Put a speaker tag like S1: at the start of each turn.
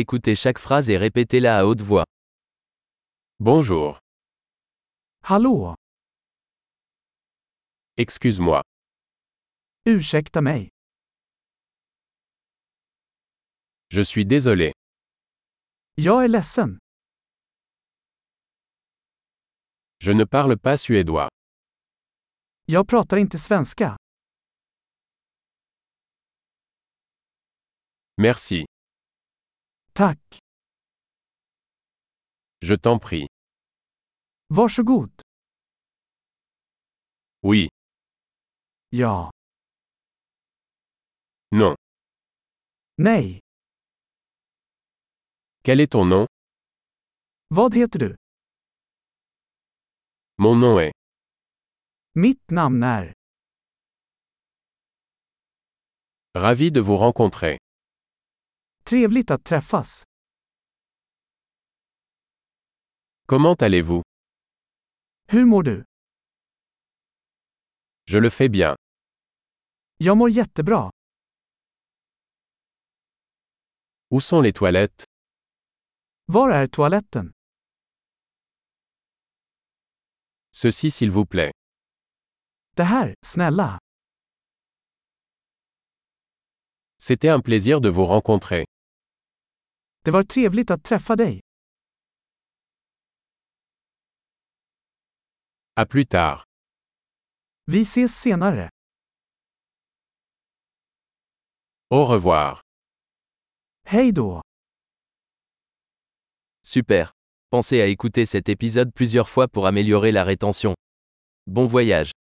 S1: Écoutez chaque phrase et répétez-la à haute voix.
S2: Bonjour.
S3: Hallå!
S2: Excuse-moi.
S3: Ursäkta mig.
S2: Je suis désolé.
S3: Jag är ledsen.
S2: Je ne parle pas suédois.
S3: Jag pratar inte svenska.
S2: Merci.
S3: Tack.
S2: Je t'en prie.
S3: Varsågod.
S2: Oui.
S3: Ja.
S2: Non.
S3: Nej.
S2: Quel est ton nom
S3: Vad heter du?
S2: Mon nom est.
S3: Mitt namn är.
S2: Ravi de vous rencontrer.
S3: Trevligt att träffas.
S2: Comment allez-vous
S3: Hur mår du?
S2: Je le fais bien.
S3: Jag mår jättebra.
S2: Où sont les toilettes
S3: Var är toaletten?
S2: Ceci s'il vous plaît.
S3: Det här, snälla.
S2: C'était un plaisir de vous rencontrer.
S3: Det var trevligt att träffa dig.
S2: À plus tard.
S3: Vi ses senare.
S2: Au revoir.
S3: Hej då!
S1: Super. Pensez à écouter cet épisode plusieurs fois pour améliorer la rétention. Bon voyage.